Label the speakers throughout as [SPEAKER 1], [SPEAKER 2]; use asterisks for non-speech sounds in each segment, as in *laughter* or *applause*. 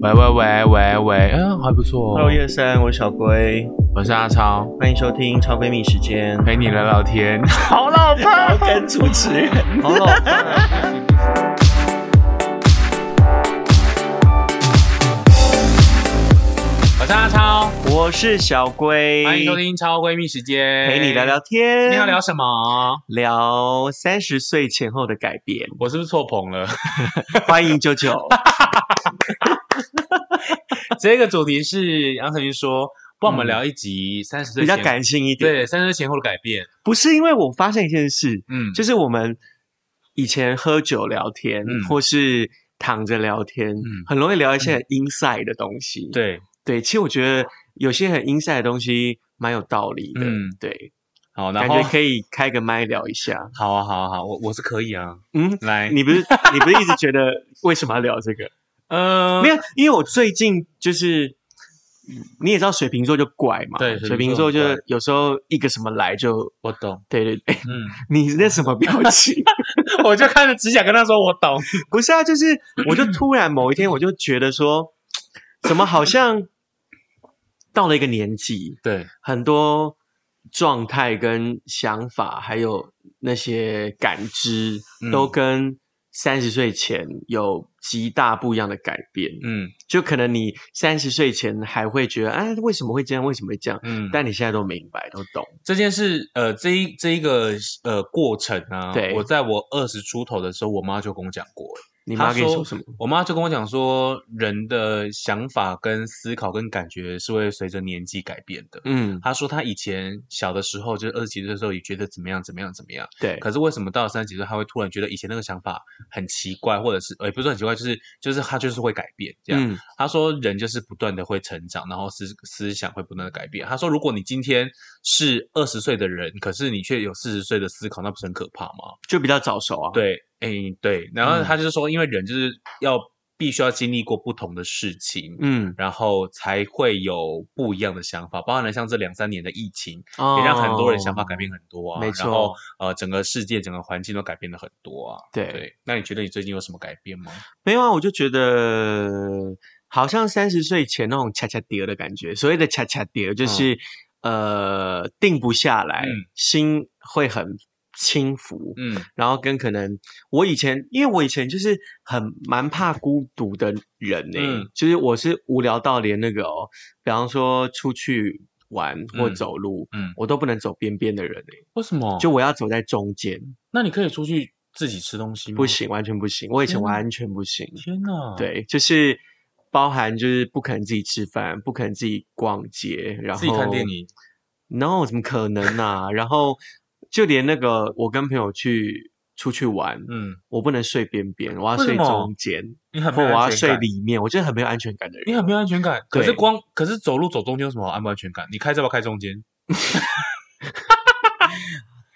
[SPEAKER 1] 喂喂喂喂喂，嗯，还不错、
[SPEAKER 2] Hello，
[SPEAKER 1] 哦。
[SPEAKER 2] 叶三，我是小龟，
[SPEAKER 1] 我是阿超，
[SPEAKER 2] 欢迎收听超闺蜜
[SPEAKER 1] *laughs*
[SPEAKER 2] 时间。
[SPEAKER 1] 陪你聊聊
[SPEAKER 2] *laughs*
[SPEAKER 1] 天。好老婆，
[SPEAKER 2] 要跟主持人，好老派。
[SPEAKER 1] 我是阿超，
[SPEAKER 2] 我是小龟，
[SPEAKER 1] 欢迎收听超闺蜜时间，
[SPEAKER 2] 陪你聊聊。天。
[SPEAKER 1] 你要聊什么？
[SPEAKER 2] 聊三十岁前后的改变，
[SPEAKER 1] 我是不是错棚
[SPEAKER 2] *laughs*
[SPEAKER 1] 了？
[SPEAKER 2] 欢迎九九。
[SPEAKER 1] 这个主题是杨丞琳说，帮我们聊一集三十岁
[SPEAKER 2] 嗯比较
[SPEAKER 1] 前
[SPEAKER 2] 感性一点，
[SPEAKER 1] 对三十岁前后的改变。
[SPEAKER 2] 不是因为我发现一件事，
[SPEAKER 1] 嗯，
[SPEAKER 2] 就是我们以前喝酒聊天，
[SPEAKER 1] 嗯
[SPEAKER 2] 或是躺着聊天，很容易聊一些很 inside 的东西。
[SPEAKER 1] 对，
[SPEAKER 2] 对，其实我觉得有些很 inside 的东西蛮有道理的。
[SPEAKER 1] 嗯
[SPEAKER 2] 对，
[SPEAKER 1] 好，然
[SPEAKER 2] 感
[SPEAKER 1] 后
[SPEAKER 2] 觉可以开个麦聊一下。
[SPEAKER 1] 好啊，好啊，好啊，我我是可以啊，
[SPEAKER 2] 嗯，
[SPEAKER 1] 来，
[SPEAKER 2] *laughs* 你不是你不是一直觉得为什么要聊这
[SPEAKER 1] *laughs*
[SPEAKER 2] 个？
[SPEAKER 1] 呃
[SPEAKER 2] 没有，因为我最近就是。你也知道水瓶座就怪嘛，
[SPEAKER 1] 对
[SPEAKER 2] 水
[SPEAKER 1] 水
[SPEAKER 2] 瓶
[SPEAKER 1] 瓶座
[SPEAKER 2] 座就
[SPEAKER 1] 很怪
[SPEAKER 2] 有时候一个什么来就，
[SPEAKER 1] 我懂，
[SPEAKER 2] 对对 *laughs* 对，
[SPEAKER 1] 嗯，
[SPEAKER 2] 你那什么表
[SPEAKER 1] *laughs*
[SPEAKER 2] 情？
[SPEAKER 1] 我就看着指甲跟他说我懂，
[SPEAKER 2] 不是啊，就是我就突然某一天我就觉得说，怎么好像到了一个年纪，
[SPEAKER 1] 对，
[SPEAKER 2] 很多状态跟想法，还有那些感知，
[SPEAKER 1] 嗯
[SPEAKER 2] 都跟三十岁前有极大不一样的改变。
[SPEAKER 1] 嗯
[SPEAKER 2] 就可能你三十岁前还会觉得，哎，为什么会这样？为什么会这样？
[SPEAKER 1] 嗯，
[SPEAKER 2] 但你现在都明白，都懂。
[SPEAKER 1] 这件事，呃，这一这一个呃过程啊，
[SPEAKER 2] 对
[SPEAKER 1] 我在我二十出头的时候，我妈就跟我讲过，
[SPEAKER 2] 你妈
[SPEAKER 1] 她
[SPEAKER 2] 跟你说
[SPEAKER 1] 说
[SPEAKER 2] 什么？
[SPEAKER 1] 我妈就跟我讲说，人的想法、跟思考、跟感觉是会随着年纪改变的。
[SPEAKER 2] 嗯，
[SPEAKER 1] 她说她以前小的时候，就是二十几岁的时候，也觉得怎么样怎么样怎么样，
[SPEAKER 2] 对，
[SPEAKER 1] 可是为什么到了三十几岁，她会突然觉得以前那个想法很奇怪，或者是呃，也不是很奇怪，就是就是她就是会改变这样。
[SPEAKER 2] 嗯
[SPEAKER 1] 他说人就是不断的会成长，然后思思想会不断的改变。他说，如果你今天是二十岁的人，可是你却有四十岁的思考，那不是很可怕吗？
[SPEAKER 2] 就比较早熟啊。，
[SPEAKER 1] 对，诶，对。然后
[SPEAKER 2] 嗯
[SPEAKER 1] 他就是说，因为人就是要必须要经历过不同的事情。
[SPEAKER 2] 嗯，
[SPEAKER 1] 然后才会有不一样的想法，包含了像这两三年的疫情，也让很多人想法
[SPEAKER 2] 哦
[SPEAKER 1] 改变很多啊。
[SPEAKER 2] 没
[SPEAKER 1] 然后
[SPEAKER 2] 错
[SPEAKER 1] 呃，整个世界、整个环境都改变了很多啊。
[SPEAKER 2] 对
[SPEAKER 1] 对，那你觉得你最近有什么改变吗？
[SPEAKER 2] 没有啊，我就觉得好像三十岁前那种恰恰碟的感觉。所谓的恰恰碟，就是、呃定不下来，
[SPEAKER 1] 嗯
[SPEAKER 2] 心会很轻浮。
[SPEAKER 1] 嗯
[SPEAKER 2] 然后跟可能我以前，因为我以前就是很蛮怕孤独的人呢、
[SPEAKER 1] 嗯
[SPEAKER 2] 就是我是无聊到连那个哦，比方说出去玩或
[SPEAKER 1] 嗯
[SPEAKER 2] 走路，
[SPEAKER 1] 嗯，
[SPEAKER 2] 我都不能走边边的人呢、
[SPEAKER 1] 为什么？
[SPEAKER 2] 就我要走在中间，
[SPEAKER 1] 那你可以出去自己吃东西吗？
[SPEAKER 2] 不，行，完全不行。我以前
[SPEAKER 1] 天哪
[SPEAKER 2] 完全不行，
[SPEAKER 1] 天哪！，
[SPEAKER 2] 对，就是包含就是不肯自己吃饭，不肯自己逛街，然后
[SPEAKER 1] 自己看电影，
[SPEAKER 2] ，no 怎么可能啊？然后就连那个我跟朋友去出去玩，
[SPEAKER 1] 嗯，
[SPEAKER 2] 我不能睡边边，我要
[SPEAKER 1] 为
[SPEAKER 2] 睡
[SPEAKER 1] 什么
[SPEAKER 2] 中间，
[SPEAKER 1] 你很
[SPEAKER 2] 或
[SPEAKER 1] 没
[SPEAKER 2] 我
[SPEAKER 1] 有
[SPEAKER 2] 要
[SPEAKER 1] 安全
[SPEAKER 2] 睡
[SPEAKER 1] 感，
[SPEAKER 2] 里面，我真的很没有安全感的人。
[SPEAKER 1] 你很没有安全感。可是
[SPEAKER 2] 对
[SPEAKER 1] 光可是走路走中间有什么好安不安全感？你开车要不要开中间？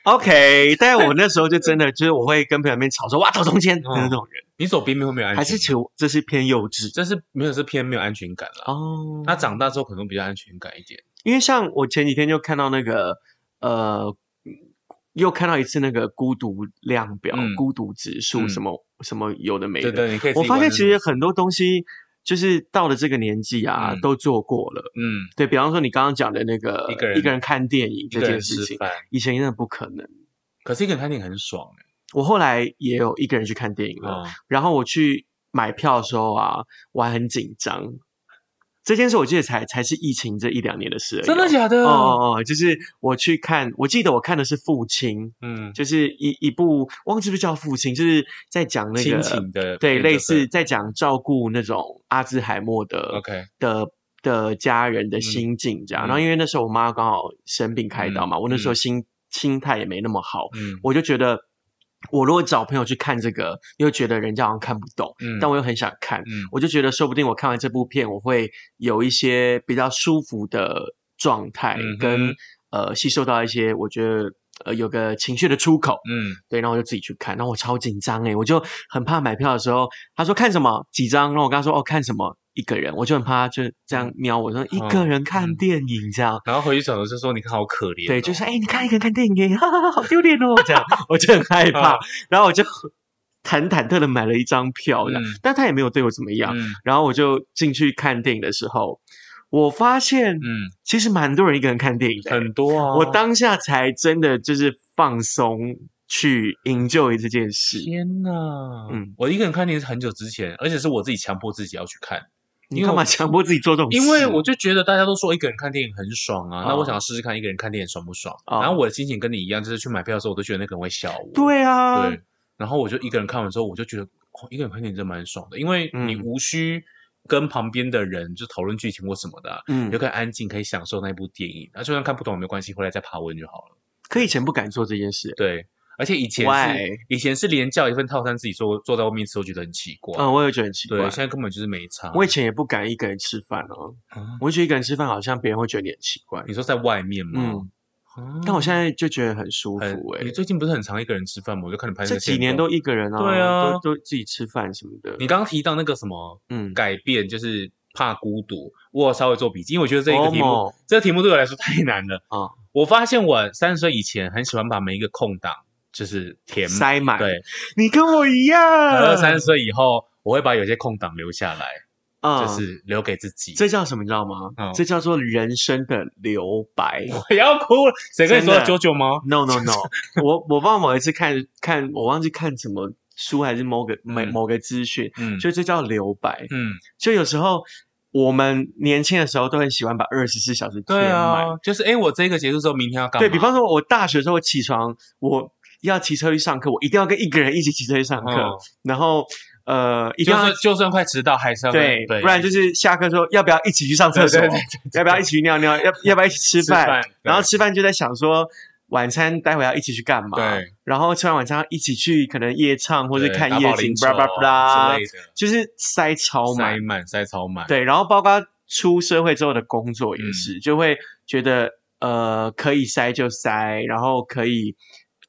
[SPEAKER 2] OK，但是我那时候
[SPEAKER 1] *laughs*
[SPEAKER 2] 就真的就是我会跟朋友们吵说哇走中间的
[SPEAKER 1] 哦
[SPEAKER 2] 那种人，
[SPEAKER 1] 你走边边会没有安全
[SPEAKER 2] 还
[SPEAKER 1] 感？
[SPEAKER 2] 是其实我这是偏幼稚
[SPEAKER 1] 这是没有是偏没有安全感了。
[SPEAKER 2] 哦。
[SPEAKER 1] 他长大之后可能比较安全感一点。
[SPEAKER 2] 因为像我前几天就看到那个呃，又看到一次那个孤独量表、
[SPEAKER 1] 嗯
[SPEAKER 2] 孤独指数
[SPEAKER 1] 嗯
[SPEAKER 2] 什么、什么有的没
[SPEAKER 1] 对
[SPEAKER 2] 的。
[SPEAKER 1] 对，你可以自
[SPEAKER 2] 我
[SPEAKER 1] 己
[SPEAKER 2] 发
[SPEAKER 1] 玩
[SPEAKER 2] 现
[SPEAKER 1] 那
[SPEAKER 2] 其
[SPEAKER 1] 种
[SPEAKER 2] 实很多东西就是到了这个年纪啊，
[SPEAKER 1] 嗯
[SPEAKER 2] 都做过了。
[SPEAKER 1] 嗯，
[SPEAKER 2] 对比方说你刚刚讲的那个
[SPEAKER 1] 一个人
[SPEAKER 2] 看电影
[SPEAKER 1] 一
[SPEAKER 2] 这
[SPEAKER 1] 个
[SPEAKER 2] 件
[SPEAKER 1] 人
[SPEAKER 2] 事
[SPEAKER 1] 吃
[SPEAKER 2] 情，
[SPEAKER 1] 饭，
[SPEAKER 2] 以前真的不可能。
[SPEAKER 1] 可是一个人看电影很爽欸
[SPEAKER 2] 我后来也有一个人去看电影了，
[SPEAKER 1] 啊。
[SPEAKER 2] 然后我去买票的时候啊，我还很紧张。这件事我记得才才是疫情这一两年的事而已哦，
[SPEAKER 1] 真的假的？
[SPEAKER 2] 哦哦哦，就是我去看，我记得我看的是《父亲》，
[SPEAKER 1] 嗯，
[SPEAKER 2] 就是一一部忘记是不是叫《父亲》，就是在讲那
[SPEAKER 1] 亲
[SPEAKER 2] 个
[SPEAKER 1] 情的
[SPEAKER 2] 对，
[SPEAKER 1] 片
[SPEAKER 2] 类
[SPEAKER 1] 就
[SPEAKER 2] 似
[SPEAKER 1] 了
[SPEAKER 2] 在讲照顾那种阿兹海默的
[SPEAKER 1] OK，
[SPEAKER 2] 的的家人的
[SPEAKER 1] 嗯
[SPEAKER 2] 心境这样。
[SPEAKER 1] 嗯
[SPEAKER 2] 然后因为那时候我妈刚好生病开刀嘛，
[SPEAKER 1] 嗯
[SPEAKER 2] 我那时候
[SPEAKER 1] 嗯
[SPEAKER 2] 心、心态也没那么好，
[SPEAKER 1] 嗯
[SPEAKER 2] 我就觉得。我如果找朋友去看这个，又觉得人家好像看不懂，
[SPEAKER 1] 嗯，
[SPEAKER 2] 但我又很想看，
[SPEAKER 1] 嗯
[SPEAKER 2] 我就觉得说不定我看完这部片，我会有一些比较舒服的状态，
[SPEAKER 1] 嗯哼
[SPEAKER 2] 跟呃吸收到一些我觉得呃有个情绪的出口。
[SPEAKER 1] 嗯
[SPEAKER 2] 对，然后我就自己去看，然后我超紧张欸诶、我就很怕买票的时候，他说看什么几张，然后我跟他说哦看什么一个人，我就很怕他就这样瞄我说一个人看
[SPEAKER 1] 嗯
[SPEAKER 2] 电影这样。
[SPEAKER 1] 然后回去找的时候说你看好可怜哦，
[SPEAKER 2] 对，欸
[SPEAKER 1] *laughs*
[SPEAKER 2] 就是哎、你看一个人看电影耶，哈哈哈，好丢脸哦，这样 *laughs* 我就很害怕
[SPEAKER 1] 嗯，
[SPEAKER 2] 然后我就很忐忑的买了一张票，这样
[SPEAKER 1] 嗯
[SPEAKER 2] 但他也没有对我怎么样。
[SPEAKER 1] 嗯
[SPEAKER 2] 然后我就进去看电影的时候，我发现
[SPEAKER 1] 嗯，
[SPEAKER 2] 其实蛮多人一个人看电影的、
[SPEAKER 1] 很多啊。
[SPEAKER 2] 我当下才真的就是放松去 enjoy 这件事。
[SPEAKER 1] 天呐，
[SPEAKER 2] 嗯
[SPEAKER 1] 嗯，我一个人看电影是很久之前，而且是我自己强迫自己要去看，
[SPEAKER 2] 你
[SPEAKER 1] 因为
[SPEAKER 2] 干嘛
[SPEAKER 1] 我
[SPEAKER 2] 强迫自己做这种事？
[SPEAKER 1] 因为我就觉得大家都说一个人看电影很爽啊，
[SPEAKER 2] 哦
[SPEAKER 1] 那我想试试看一个人看电影爽不爽。
[SPEAKER 2] 哦
[SPEAKER 1] 然后我的心情跟你一样，就是去买票的时候，我都觉得那个人会笑我。
[SPEAKER 2] 对啊，
[SPEAKER 1] 对，然后我就一个人看完之后，我就觉得、哦、一个人看电影真的蛮爽的，因为你
[SPEAKER 2] 嗯
[SPEAKER 1] 无需跟旁边的人就讨论剧情或什么的啊、
[SPEAKER 2] 嗯
[SPEAKER 1] 你就，可以安静，可以享受那部电影。啊那就算看不懂也没关系，回来再爬文就好了。
[SPEAKER 2] 可以前不敢做这件事。
[SPEAKER 1] 对，而且以前
[SPEAKER 2] Why？
[SPEAKER 1] 是以前是连叫一份套餐自己做，坐在外面吃，我觉得很奇怪。
[SPEAKER 2] 嗯，我也觉得很奇
[SPEAKER 1] 对，
[SPEAKER 2] 怪
[SPEAKER 1] 现。在根本就是没差。
[SPEAKER 2] 我以前也不敢一个人吃饭哦，
[SPEAKER 1] 啊
[SPEAKER 2] 我觉得一个人吃饭好像别人会觉得你很奇怪。
[SPEAKER 1] 你说在外面吗？
[SPEAKER 2] 嗯，
[SPEAKER 1] 啊
[SPEAKER 2] 但我现在就觉得很舒
[SPEAKER 1] 很嗯
[SPEAKER 2] 服哎、
[SPEAKER 1] 你最近不是很常一个人吃饭吗？我就看你拍那
[SPEAKER 2] 这
[SPEAKER 1] 个
[SPEAKER 2] 几
[SPEAKER 1] 限
[SPEAKER 2] 年
[SPEAKER 1] 动
[SPEAKER 2] 都一个人啊，
[SPEAKER 1] 对啊
[SPEAKER 2] 都都自己吃饭什么的。
[SPEAKER 1] 你刚刚提到那个什么
[SPEAKER 2] 嗯，
[SPEAKER 1] 改变，就是怕孤独。我有稍微做笔记，因为我觉得这一个题目，
[SPEAKER 2] 哦
[SPEAKER 1] 这个题目对我来说太难了
[SPEAKER 2] 啊
[SPEAKER 1] 我发现我三十岁以前很喜欢把每一个空档就是填满，
[SPEAKER 2] 塞嗯满，
[SPEAKER 1] 对，
[SPEAKER 2] 你跟我一样。
[SPEAKER 1] 二三十岁以后，我会把有些空档留下来，
[SPEAKER 2] 啊
[SPEAKER 1] 就是留给自己。
[SPEAKER 2] 这叫什么？你知道吗？
[SPEAKER 1] 嗯
[SPEAKER 2] 这叫做人生的留白。
[SPEAKER 1] *laughs* 不要哭了，谁跟你说
[SPEAKER 2] 真的
[SPEAKER 1] 九九吗？
[SPEAKER 2] No no
[SPEAKER 1] *laughs*
[SPEAKER 2] no，我我忘了某一次看看，我忘记看什么书还是某个某
[SPEAKER 1] 嗯
[SPEAKER 2] 某个资讯，
[SPEAKER 1] 嗯，
[SPEAKER 2] 就这叫留白。
[SPEAKER 1] 嗯，
[SPEAKER 2] 就有时候我们年轻的时候都很喜欢把二十四小时填
[SPEAKER 1] 对
[SPEAKER 2] 满。
[SPEAKER 1] 啊，就是哎，我这个结束之后，明天要干嘛？
[SPEAKER 2] 对比方说，我大学的时候起床，我要骑车去上课，我一定要跟一个人一起骑车去上课，
[SPEAKER 1] 嗯
[SPEAKER 2] 然后呃，一定
[SPEAKER 1] 就
[SPEAKER 2] 要
[SPEAKER 1] 算就算快迟到，还是要
[SPEAKER 2] 对，
[SPEAKER 1] 对，
[SPEAKER 2] 不然就是下课说要不要一起去上厕所
[SPEAKER 1] 对对对，
[SPEAKER 2] 要不要一起去尿尿，要要不要一起吃
[SPEAKER 1] 吃饭
[SPEAKER 2] 饭，
[SPEAKER 1] 对
[SPEAKER 2] 然后吃饭就在想说晚餐待会要一起去干嘛，
[SPEAKER 1] 对，
[SPEAKER 2] 然后吃完晚餐要一起去可能夜唱或
[SPEAKER 1] 或
[SPEAKER 2] 者看夜景，巴拉巴
[SPEAKER 1] 之
[SPEAKER 2] 拉
[SPEAKER 1] 类，的，
[SPEAKER 2] 就是塞超
[SPEAKER 1] 塞
[SPEAKER 2] 满，
[SPEAKER 1] 满塞超满，
[SPEAKER 2] 对，然后包括出社会之后的工作也
[SPEAKER 1] 嗯
[SPEAKER 2] 是，就会觉得呃可以塞就塞，然后可以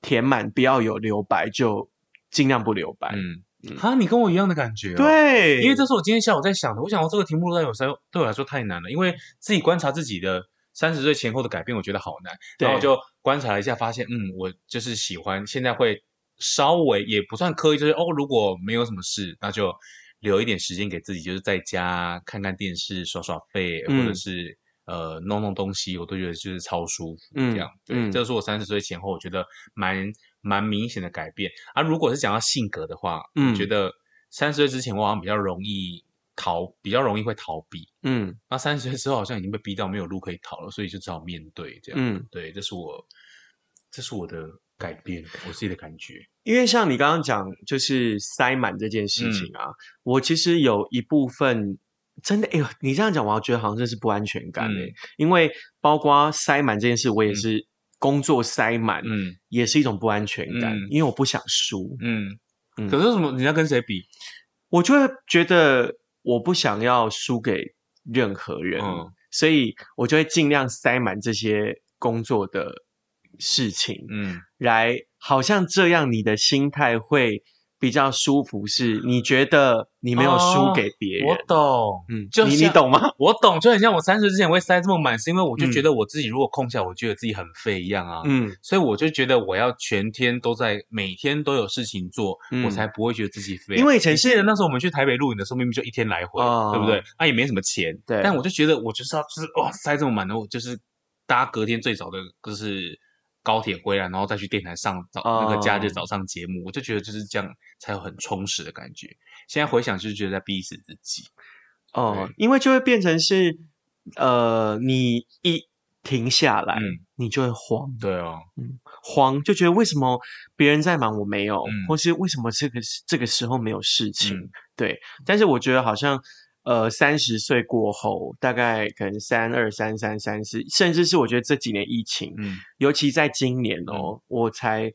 [SPEAKER 2] 填满，不要有留白就尽量不留白，
[SPEAKER 1] 嗯
[SPEAKER 2] 嗯，
[SPEAKER 1] 啊，你跟我一样的感觉、哦，。
[SPEAKER 2] 对，
[SPEAKER 1] 因为这是我今天下午在想的，我想我这个题目对我来说对我来说太难了，因为自己观察自己的三十岁前后的改变，我觉得好难。
[SPEAKER 2] 对
[SPEAKER 1] 然后我就观察了一下，发现嗯，我就是喜欢，现在会稍微也不算刻意，就是哦，如果没有什么事，那就留一点时间给自己，就是在家看看电视、耍耍废，或者
[SPEAKER 2] 嗯
[SPEAKER 1] 是。呃，弄弄东西，我都觉得就是超舒服，
[SPEAKER 2] 嗯
[SPEAKER 1] 这样。
[SPEAKER 2] 嗯
[SPEAKER 1] 对，这是我三十岁前后，我觉得蛮蛮明显的改变。啊，如果是讲到性格的话，
[SPEAKER 2] 嗯
[SPEAKER 1] 我觉得三十岁之前我好像比较容易逃，比较容易会逃避。
[SPEAKER 2] 嗯
[SPEAKER 1] 那三十岁之后好像已经被逼到没有路可以逃了，所以就只好面对这样。
[SPEAKER 2] 嗯。
[SPEAKER 1] 对，这是我，这是我的改变，我自己的感觉。
[SPEAKER 2] 因为像你刚刚讲，就是塞满这件事情
[SPEAKER 1] 嗯
[SPEAKER 2] 啊，我其实有一部分真的，哎呦，你这样讲，我好觉得好像真是不安全感哎、
[SPEAKER 1] 嗯
[SPEAKER 2] 因为包括塞满这件事，我也是工作塞满，
[SPEAKER 1] 嗯
[SPEAKER 2] 也是一种不安全感，
[SPEAKER 1] 嗯
[SPEAKER 2] 因为我不想输，
[SPEAKER 1] 嗯，
[SPEAKER 2] 嗯
[SPEAKER 1] 可是为什么你要跟谁比？
[SPEAKER 2] 我就会觉得我不想要输给任何人，
[SPEAKER 1] 嗯
[SPEAKER 2] 所以我就会尽量塞满这些工作的事情，
[SPEAKER 1] 嗯，
[SPEAKER 2] 来，好像这样你的心态会比较舒服，是你觉得你没有输给别人，
[SPEAKER 1] 哦我懂。
[SPEAKER 2] 嗯，
[SPEAKER 1] 就
[SPEAKER 2] 你你
[SPEAKER 1] 像 *laughs*
[SPEAKER 2] 懂吗？
[SPEAKER 1] 我懂，就很像我三十之前会塞这么满，是因为我就
[SPEAKER 2] 嗯
[SPEAKER 1] 觉得我自己如果空下，我觉得自己很废一样啊。
[SPEAKER 2] 嗯，
[SPEAKER 1] 所以我就觉得我要全天都在，每天都有事情做，
[SPEAKER 2] 嗯
[SPEAKER 1] 我才不会觉得自己废。啊
[SPEAKER 2] 因为以前是
[SPEAKER 1] 记得那时候我们去台北露营的时候，明明就一天来回，
[SPEAKER 2] 哦
[SPEAKER 1] 对不对？啊，也没什么钱，
[SPEAKER 2] 对
[SPEAKER 1] 但我就觉得我就是要就是哇塞这么满的，我就是搭隔天最早的就是高铁回来，然后再去电台上早、那个假日
[SPEAKER 2] 哦
[SPEAKER 1] 早上节目，我就觉得就是这样才有很充实的感觉。现在回想就是觉得在逼死自己，
[SPEAKER 2] 哦
[SPEAKER 1] 对，
[SPEAKER 2] 因为就会变成是，呃，你一停下来，
[SPEAKER 1] 嗯，
[SPEAKER 2] 你就会慌，
[SPEAKER 1] 对哦，
[SPEAKER 2] 慌就觉得为什么别人在忙我没有，
[SPEAKER 1] 嗯
[SPEAKER 2] 或是为什么这个这个时候没有事情，
[SPEAKER 1] 嗯
[SPEAKER 2] 对。但是我觉得好像。呃，三十岁过后，大概可能三二、三三、三四，甚至是我觉得这几年疫情，
[SPEAKER 1] 嗯
[SPEAKER 2] 尤其在今年哦，我才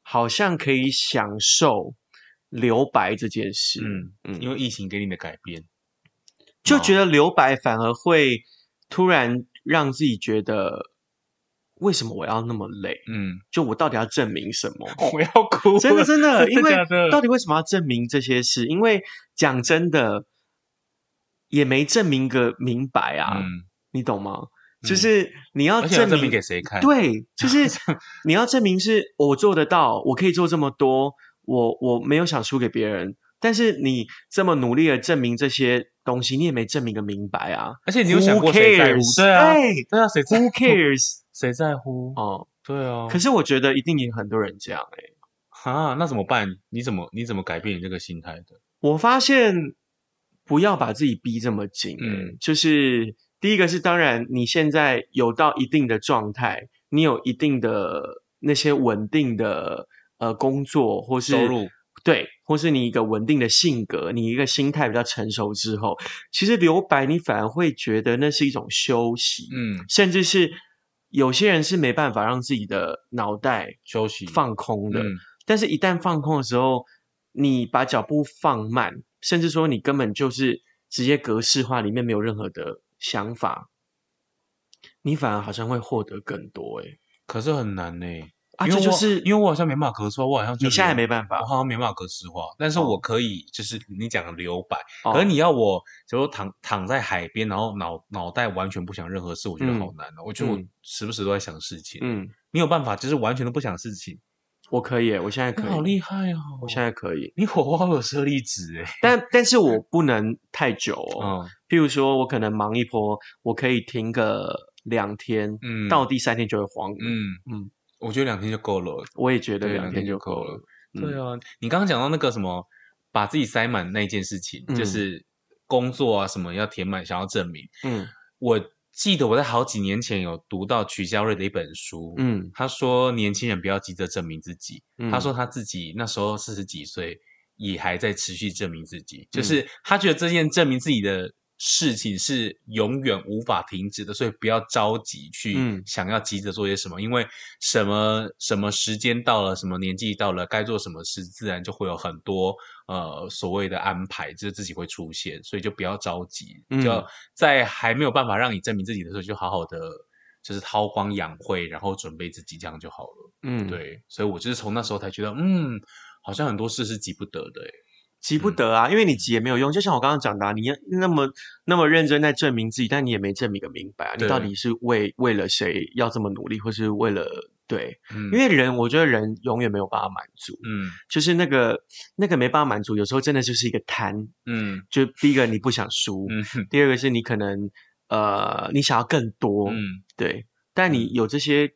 [SPEAKER 2] 好像可以享受留白这件事。
[SPEAKER 1] 嗯，哦
[SPEAKER 2] 嗯
[SPEAKER 1] 因为疫情给你的改变，
[SPEAKER 2] 就觉得留白反而会突然让自己觉得，为什么我要那么累？
[SPEAKER 1] 嗯，
[SPEAKER 2] 就我到底要证明什么？
[SPEAKER 1] 我要哭了，
[SPEAKER 2] 真的真的，因为
[SPEAKER 1] 假的
[SPEAKER 2] 到底为什么要证明这些事？因为讲真的，也没证明个明白啊，
[SPEAKER 1] 嗯。
[SPEAKER 2] 你懂吗？就
[SPEAKER 1] 嗯
[SPEAKER 2] 是你要
[SPEAKER 1] 而且要
[SPEAKER 2] 证
[SPEAKER 1] 证
[SPEAKER 2] 明
[SPEAKER 1] 明给谁看？ *laughs*
[SPEAKER 2] 对，就是你要证明是我做得到，我可以做这么多，我我没有想输给别人，但是你这么努力的证明这些东西，你也没证明个明白啊。
[SPEAKER 1] 而且你有想
[SPEAKER 2] Who
[SPEAKER 1] 过谁在乎？
[SPEAKER 2] cares？
[SPEAKER 1] 对啊，
[SPEAKER 2] 对
[SPEAKER 1] 对啊，谁在 *laughs*
[SPEAKER 2] ，Who
[SPEAKER 1] 乎？
[SPEAKER 2] cares？
[SPEAKER 1] 谁在乎？
[SPEAKER 2] 哦，
[SPEAKER 1] 对啊，
[SPEAKER 2] 可是我觉得一定也很多人这样哎、
[SPEAKER 1] 哈，那怎么办？你怎么你怎么改变你这个心态的？
[SPEAKER 2] 我发现不要把自己逼这么紧、嗯
[SPEAKER 1] 嗯，
[SPEAKER 2] 就是第一个是，当然你现在有到一定的状态，你有一定的那些稳定的呃工作或是
[SPEAKER 1] 收入，
[SPEAKER 2] 对，或是你一个稳定的性格，你一个心态比较成熟之后，其实留白你反而会觉得那是一种休息，
[SPEAKER 1] 嗯，
[SPEAKER 2] 甚至是有些人是没办法让自己的脑袋
[SPEAKER 1] 休息
[SPEAKER 2] 放空的，
[SPEAKER 1] 嗯
[SPEAKER 2] 但是，一旦放空的时候，你把脚步放慢，甚至说你根本就是直接格式化，里面没有任何的想法，你反而好像会获得更多、欸。
[SPEAKER 1] 可是很难呢、
[SPEAKER 2] 哎，啊，
[SPEAKER 1] 因为
[SPEAKER 2] 这就
[SPEAKER 1] 我啊
[SPEAKER 2] 是
[SPEAKER 1] 因为我好像没办法格式化，我好像就
[SPEAKER 2] 你现在
[SPEAKER 1] 留
[SPEAKER 2] 没办法
[SPEAKER 1] 我，好像没办法格式化，但是
[SPEAKER 2] 哦
[SPEAKER 1] 我可以就是你讲的留白，
[SPEAKER 2] 哦
[SPEAKER 1] 可是你要我就躺躺在海边，然后脑脑袋完全不想任何事，我觉得好
[SPEAKER 2] 嗯
[SPEAKER 1] 难哦。我觉得我
[SPEAKER 2] 嗯
[SPEAKER 1] 时不时都在想事情，
[SPEAKER 2] 嗯，
[SPEAKER 1] 你有办法就是完全都不想事情？
[SPEAKER 2] 我可以、欸，我现在
[SPEAKER 1] 你
[SPEAKER 2] 可以，
[SPEAKER 1] 好厉害哦！
[SPEAKER 2] 我现在可以，
[SPEAKER 1] 你火花有舍利子哎，
[SPEAKER 2] 但但是我不能太久哦。
[SPEAKER 1] 嗯
[SPEAKER 2] 譬如说，我可能忙一波，我可以停个两天，
[SPEAKER 1] 嗯
[SPEAKER 2] 到第三天就会慌。嗯，
[SPEAKER 1] 嗯嗯，我觉得两天就够了，
[SPEAKER 2] 我也觉得
[SPEAKER 1] 对，
[SPEAKER 2] 两
[SPEAKER 1] 两天
[SPEAKER 2] 天就
[SPEAKER 1] 够
[SPEAKER 2] 够
[SPEAKER 1] 了
[SPEAKER 2] 了。。
[SPEAKER 1] 对
[SPEAKER 2] 嗯
[SPEAKER 1] 啊，你刚刚讲到那个什么，把自己塞满那一件事情，就
[SPEAKER 2] 嗯
[SPEAKER 1] 是工作啊什么要填满，想要证明。
[SPEAKER 2] 嗯
[SPEAKER 1] 我记得我在好几年前有读到曲家瑞的一本书，
[SPEAKER 2] 嗯
[SPEAKER 1] 他说年轻人不要急着证明自己，
[SPEAKER 2] 嗯，
[SPEAKER 1] 他说他自己那时候四十几岁，也还在持续证明自己，
[SPEAKER 2] 嗯
[SPEAKER 1] 就是他觉得这件证明自己的事情是永远无法停止的，所以不要着急去
[SPEAKER 2] 嗯
[SPEAKER 1] 想要急着做些什么，因为什么什么时间到了，什么年纪到了，该做什么事，自然就会有很多呃所谓的安排，就是自己会出现，所以就不要着急，
[SPEAKER 2] 嗯
[SPEAKER 1] 就在还没有办法让你证明自己的时候，就好好的。就是韬光养晦，然后准备自己，这样就好了。
[SPEAKER 2] 嗯，
[SPEAKER 1] 对，所以我就是从那时候才觉得，嗯，好像很多事是急不得的欸，
[SPEAKER 2] 急不得啊，因为你急也没有用。就像我刚刚讲的、啊，你那么那么认真在证明自己，但你也没证明个明白啊。你
[SPEAKER 1] 对
[SPEAKER 2] 到底是为为了谁要这么努力，或是为了对？
[SPEAKER 1] 嗯，
[SPEAKER 2] 因为人，我觉得人永远没有办法满足，
[SPEAKER 1] 嗯
[SPEAKER 2] 就是那个那个没办法满足，有时候真的就是一个贪。
[SPEAKER 1] 嗯
[SPEAKER 2] 就第一个你不想输，
[SPEAKER 1] 嗯
[SPEAKER 2] 第二个是你可能呃你想要更多，
[SPEAKER 1] 嗯，
[SPEAKER 2] 对，但你有这些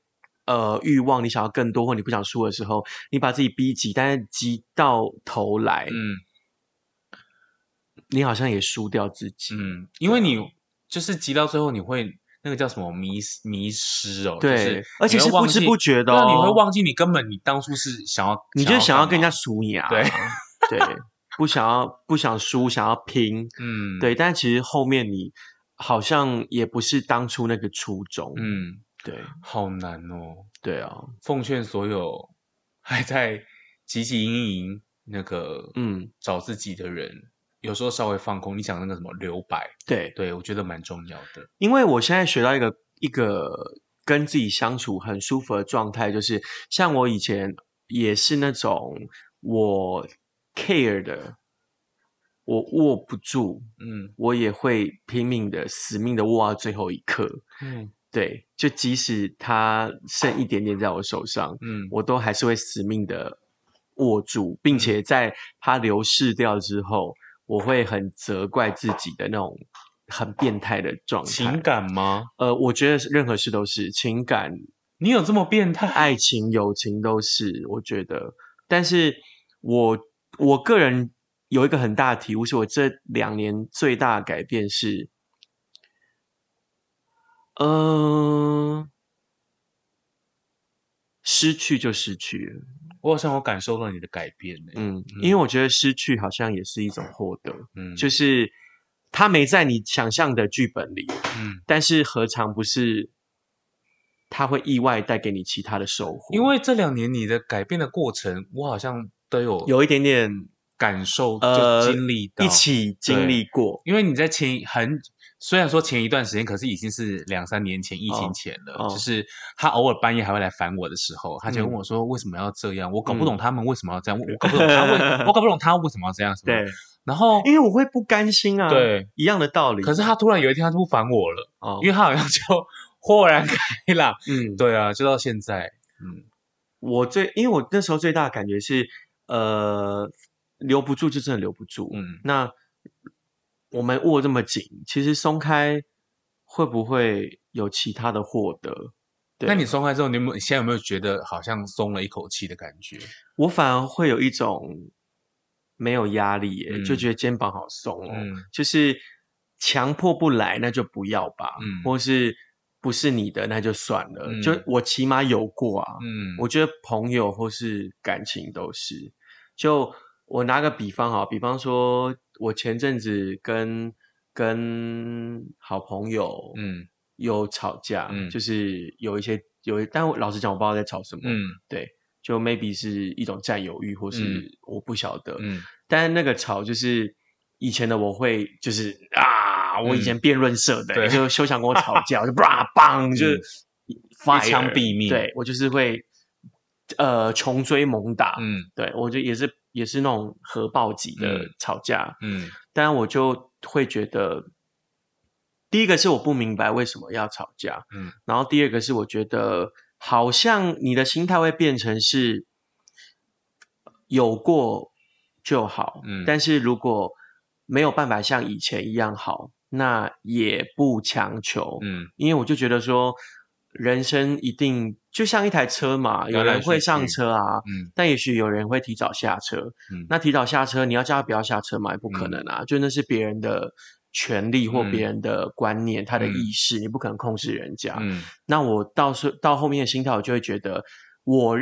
[SPEAKER 2] 呃欲望，你想要更多或你不想输的时候，你把自己逼急，但是急到头来，
[SPEAKER 1] 嗯
[SPEAKER 2] 你好像也输掉自己。
[SPEAKER 1] 嗯，因
[SPEAKER 2] 啊
[SPEAKER 1] 为你就是急到最后，你会那个叫什么迷失迷失哦，就
[SPEAKER 2] 对
[SPEAKER 1] 是
[SPEAKER 2] 而且
[SPEAKER 1] 你会
[SPEAKER 2] 是不
[SPEAKER 1] 忘
[SPEAKER 2] 知
[SPEAKER 1] 记
[SPEAKER 2] 不觉的
[SPEAKER 1] 对啊你会
[SPEAKER 2] 哦
[SPEAKER 1] 忘记你根本你当初是想要，
[SPEAKER 2] 你就想要跟
[SPEAKER 1] 干
[SPEAKER 2] 人家
[SPEAKER 1] 嘛，
[SPEAKER 2] 数你啊，
[SPEAKER 1] *laughs* 对
[SPEAKER 2] 对，不想要不想输，想要拼，
[SPEAKER 1] 嗯，
[SPEAKER 2] 对，但其实后面你好像也不是当初那个初衷，嗯，
[SPEAKER 1] 嗯，
[SPEAKER 2] 对
[SPEAKER 1] 好难哦，
[SPEAKER 2] 对啊，
[SPEAKER 1] 奉劝所有还在汲汲营营那个
[SPEAKER 2] 嗯
[SPEAKER 1] 找自己的人。有时候稍微放空，你讲那个什么留白，
[SPEAKER 2] 对，
[SPEAKER 1] 对我觉得蛮重要的。
[SPEAKER 2] 因为我现在学到一个一个跟自己相处很舒服的状态，就是像我以前也是那种我 care 的，我握不住，
[SPEAKER 1] 嗯
[SPEAKER 2] 我也会拼命的、死命的握到最后一刻。
[SPEAKER 1] 嗯
[SPEAKER 2] 对，就即使它剩一点点在我手上，
[SPEAKER 1] 嗯，
[SPEAKER 2] 我都还是会死命的握住，并且在它流逝掉之后，我会很责怪自己的那种很变态的状态。
[SPEAKER 1] 情，感吗？
[SPEAKER 2] 呃，我觉得是任何事都是情感，
[SPEAKER 1] 你有这么变态？
[SPEAKER 2] 爱情、友情都是，我觉得。但是我我个人有一个很大的体悟，是我这两年最大的改变是，嗯、呃失去就失去了。
[SPEAKER 1] 我好像有感受到你的改变呢、
[SPEAKER 2] 嗯，因为我觉得失去好像也是一种获得，
[SPEAKER 1] 嗯，
[SPEAKER 2] 就是它没在你想象的剧本里，
[SPEAKER 1] 嗯，
[SPEAKER 2] 但是何尝不是它会意外带给你其他的收获？
[SPEAKER 1] 因为这两年你的改变的过程，我好像都有
[SPEAKER 2] 有一点点
[SPEAKER 1] 感受，
[SPEAKER 2] 呃
[SPEAKER 1] 就经历到
[SPEAKER 2] 一。起经历过，
[SPEAKER 1] 因为你在前一很虽然说前一段时间，可是已经是两三年前疫情前了，
[SPEAKER 2] 哦
[SPEAKER 1] 就是他偶尔半夜还会来烦我的时候，他就问
[SPEAKER 2] 嗯
[SPEAKER 1] 我说为什么要这样，我搞不
[SPEAKER 2] 嗯
[SPEAKER 1] 懂他们为什么要这样，
[SPEAKER 2] *laughs*
[SPEAKER 1] 我我搞不懂他为我搞不懂他为什么要这样，什么的
[SPEAKER 2] 对，
[SPEAKER 1] 然后
[SPEAKER 2] 嗯因为我会不甘心啊，
[SPEAKER 1] 对，
[SPEAKER 2] 一样的道理。
[SPEAKER 1] 可是他突然有一天他就不烦我了，
[SPEAKER 2] 哦
[SPEAKER 1] 因为他好像就 *laughs* 豁然开朗。
[SPEAKER 2] 嗯，
[SPEAKER 1] 对啊，就到现在，嗯
[SPEAKER 2] 我最因为我那时候最大的感觉是，呃，留不住就真的留不住。
[SPEAKER 1] 嗯
[SPEAKER 2] 那我们握这么紧，其实松开会不会有其他的获得？对
[SPEAKER 1] 那你松开之后，你有没有你现在有没有觉得好像松了一口气的感觉？
[SPEAKER 2] 我反而会有一种没有压力耶，
[SPEAKER 1] 嗯
[SPEAKER 2] 就觉得肩膀好松哦，
[SPEAKER 1] 嗯
[SPEAKER 2] 就是强迫不来那就不要吧，
[SPEAKER 1] 嗯
[SPEAKER 2] 或是不是你的那就算了，
[SPEAKER 1] 嗯
[SPEAKER 2] 就我起码有过啊，
[SPEAKER 1] 嗯，
[SPEAKER 2] 我觉得朋友或是感情都是。就我拿个比方哈，比方说，我前阵子跟跟好朋友
[SPEAKER 1] 嗯
[SPEAKER 2] 有吵架，
[SPEAKER 1] 嗯
[SPEAKER 2] 就是有一些有一，但我老实讲，我不知道在吵什么。
[SPEAKER 1] 嗯
[SPEAKER 2] 就 maybe 是一种占有欲，或
[SPEAKER 1] 嗯
[SPEAKER 2] 是我不晓得。
[SPEAKER 1] 嗯
[SPEAKER 2] 但那个吵就是以前的我会就是啊，我以
[SPEAKER 1] 嗯
[SPEAKER 2] 前辩论社的、
[SPEAKER 1] 对嗯
[SPEAKER 2] 就休想跟我吵架，
[SPEAKER 1] *laughs*
[SPEAKER 2] 我就叭棒，就是
[SPEAKER 1] 一
[SPEAKER 2] fire,
[SPEAKER 1] 枪毙命
[SPEAKER 2] 对我就是会呃穷追猛打，
[SPEAKER 1] 嗯
[SPEAKER 2] 对我就也是也是那种核爆级的
[SPEAKER 1] 嗯
[SPEAKER 2] 吵架，
[SPEAKER 1] 嗯
[SPEAKER 2] 当然我就会觉得，第一个是我不明白为什么要吵架，
[SPEAKER 1] 嗯，
[SPEAKER 2] 然后第二个是我觉得好像你的心态会变成是有过就好，
[SPEAKER 1] 嗯
[SPEAKER 2] 但是如果没有办法像以前一样好，那也不强求，
[SPEAKER 1] 嗯
[SPEAKER 2] 因为我就觉得说，人生一定就像一台车嘛，有
[SPEAKER 1] 来来
[SPEAKER 2] 人会
[SPEAKER 1] 去
[SPEAKER 2] 上
[SPEAKER 1] 去
[SPEAKER 2] 车啊，
[SPEAKER 1] 嗯
[SPEAKER 2] 但也许有人会提早下车，
[SPEAKER 1] 嗯
[SPEAKER 2] 那提早下车，你要叫他不要下车吗？也不可
[SPEAKER 1] 嗯
[SPEAKER 2] 能啊，就那是别人的权利或
[SPEAKER 1] 嗯
[SPEAKER 2] 别人的观念，他的
[SPEAKER 1] 嗯
[SPEAKER 2] 意识，你不可能控制人家。
[SPEAKER 1] 嗯
[SPEAKER 2] 那我到时到后面的心态，我就会觉得我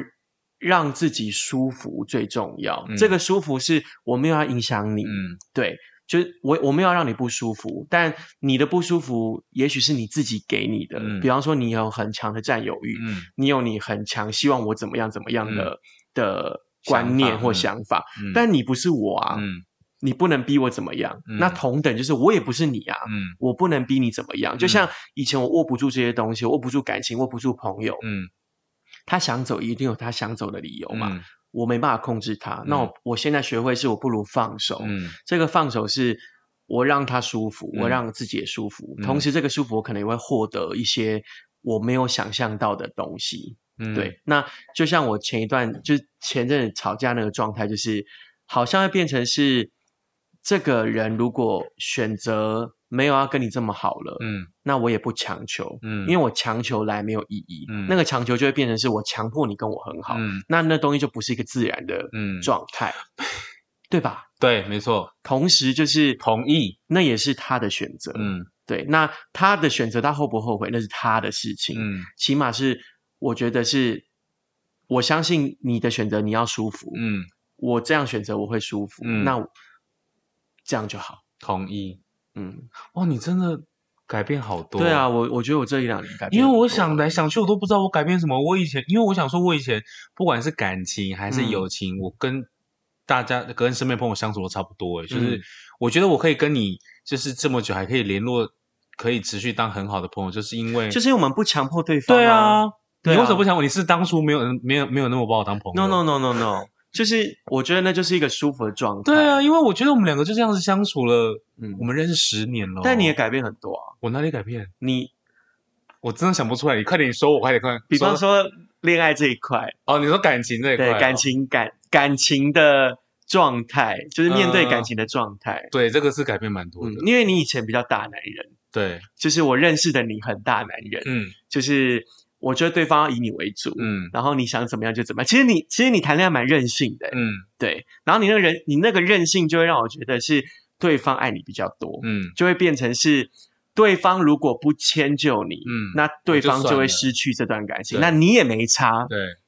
[SPEAKER 2] 让自己舒服最重要。
[SPEAKER 1] 嗯
[SPEAKER 2] 这个舒服是我没有要影响你，
[SPEAKER 1] 嗯
[SPEAKER 2] 对，就是我我没有要让你不舒服，但你的不舒服也许是你自己给你的。
[SPEAKER 1] 嗯
[SPEAKER 2] 比方说，你有很强的占有欲，
[SPEAKER 1] 嗯
[SPEAKER 2] 你有你很强希望我怎么样怎么样的、的
[SPEAKER 1] 想
[SPEAKER 2] 观念
[SPEAKER 1] 法
[SPEAKER 2] 或
[SPEAKER 1] 嗯
[SPEAKER 2] 想法，
[SPEAKER 1] 嗯，
[SPEAKER 2] 但你不是我啊，
[SPEAKER 1] 嗯
[SPEAKER 2] 你不能逼我怎么样。
[SPEAKER 1] 嗯
[SPEAKER 2] 那同等就是我也不是你啊，
[SPEAKER 1] 嗯
[SPEAKER 2] 我不能逼你怎么样。就像以前我握不住这些东西，我握不住感情，握不住朋友，
[SPEAKER 1] 嗯，
[SPEAKER 2] 他想走一定有他想走的理由
[SPEAKER 1] 嗯
[SPEAKER 2] 嘛，我没办法控制他。那我我现在学会是我不如放手，
[SPEAKER 1] 嗯
[SPEAKER 2] 这个放手是。我让他舒服，
[SPEAKER 1] 嗯
[SPEAKER 2] 我让自己也舒服，
[SPEAKER 1] 嗯
[SPEAKER 2] 同时这个舒服我可能也会获得一些我没有想象到的东西。
[SPEAKER 1] 嗯，
[SPEAKER 2] 对，那就像我前一段就是前阵子吵架那个状态，就是好像会变成是这个人如果选择没有要跟你这么好了，
[SPEAKER 1] 嗯
[SPEAKER 2] 那我也不强求，
[SPEAKER 1] 嗯，
[SPEAKER 2] 因为我强求来没有意义，
[SPEAKER 1] 嗯
[SPEAKER 2] 那个强求就会变成是我强迫你跟我很好，
[SPEAKER 1] 嗯
[SPEAKER 2] 那那东西就不是一个自然的
[SPEAKER 1] 嗯
[SPEAKER 2] 状态，对吧？
[SPEAKER 1] 对，没错，
[SPEAKER 2] 同时就是
[SPEAKER 1] 同意，
[SPEAKER 2] 那也是他的选择，
[SPEAKER 1] 嗯
[SPEAKER 2] 对，那他的选择他后不后悔那是他的事情，
[SPEAKER 1] 嗯
[SPEAKER 2] 起码是我觉得是，我相信你的选择你要舒服，
[SPEAKER 1] 嗯，
[SPEAKER 2] 我这样选择我会舒服，
[SPEAKER 1] 嗯
[SPEAKER 2] 那这样就好，
[SPEAKER 1] 同意。
[SPEAKER 2] 嗯，
[SPEAKER 1] 哇，你真的改变好多，
[SPEAKER 2] 对啊，。我我觉得我这一两年改变
[SPEAKER 1] 因
[SPEAKER 2] 很多，
[SPEAKER 1] 为我想来想去，我都不知道我改变什么。我以前，因为我想说，我以前不管是感情还是
[SPEAKER 2] 嗯
[SPEAKER 1] 友情，我跟大家跟身边朋友相处都差不多、欸。就是、
[SPEAKER 2] 嗯
[SPEAKER 1] 我觉得我可以跟你就是这么久还可以联络，可以持续当很好的朋友，就是因为
[SPEAKER 2] 就是因为我们不强迫对方、
[SPEAKER 1] 对
[SPEAKER 2] 啊
[SPEAKER 1] 啊。
[SPEAKER 2] 对啊
[SPEAKER 1] 你为什么不想我？你是当初没有没有没有那么把我当朋友
[SPEAKER 2] ，no no no no
[SPEAKER 1] *laughs*
[SPEAKER 2] no，就是我觉得那就是一个舒服的状态，
[SPEAKER 1] 对啊，，因为我觉得我们两个就这样子相处了，
[SPEAKER 2] 嗯
[SPEAKER 1] 我，们认识十年了。哦
[SPEAKER 2] 但你也，改变很多啊，
[SPEAKER 1] 我哪里改变？
[SPEAKER 2] 你
[SPEAKER 1] 我真的想不出来。你快点说，我快点快点。
[SPEAKER 2] 比方说恋爱这一块。
[SPEAKER 1] 哦，你说感情这一块
[SPEAKER 2] 对
[SPEAKER 1] 哦，
[SPEAKER 2] 感情感感情的状态，就是面
[SPEAKER 1] 嗯
[SPEAKER 2] 对感情的状态。
[SPEAKER 1] 对这个是改变蛮多
[SPEAKER 2] 嗯
[SPEAKER 1] 的。，
[SPEAKER 2] 因为你以前比较大男人，
[SPEAKER 1] 对，
[SPEAKER 2] 就是我认识的你很大男人，
[SPEAKER 1] 嗯
[SPEAKER 2] 就是我觉得对方要以你为主，
[SPEAKER 1] 嗯
[SPEAKER 2] 然后你想怎么样就怎么样。其实你其实你谈恋爱蛮任性的，
[SPEAKER 1] 嗯
[SPEAKER 2] 对。然后你那个人你那个任性就会让我觉得是对方爱你比较多，
[SPEAKER 1] 嗯
[SPEAKER 2] 就会变成是。对方如果不迁就你，
[SPEAKER 1] 嗯
[SPEAKER 2] 那对
[SPEAKER 1] 我
[SPEAKER 2] 方
[SPEAKER 1] 就算
[SPEAKER 2] 就会
[SPEAKER 1] 了
[SPEAKER 2] 失去这段感情，
[SPEAKER 1] 对
[SPEAKER 2] 那你也没差，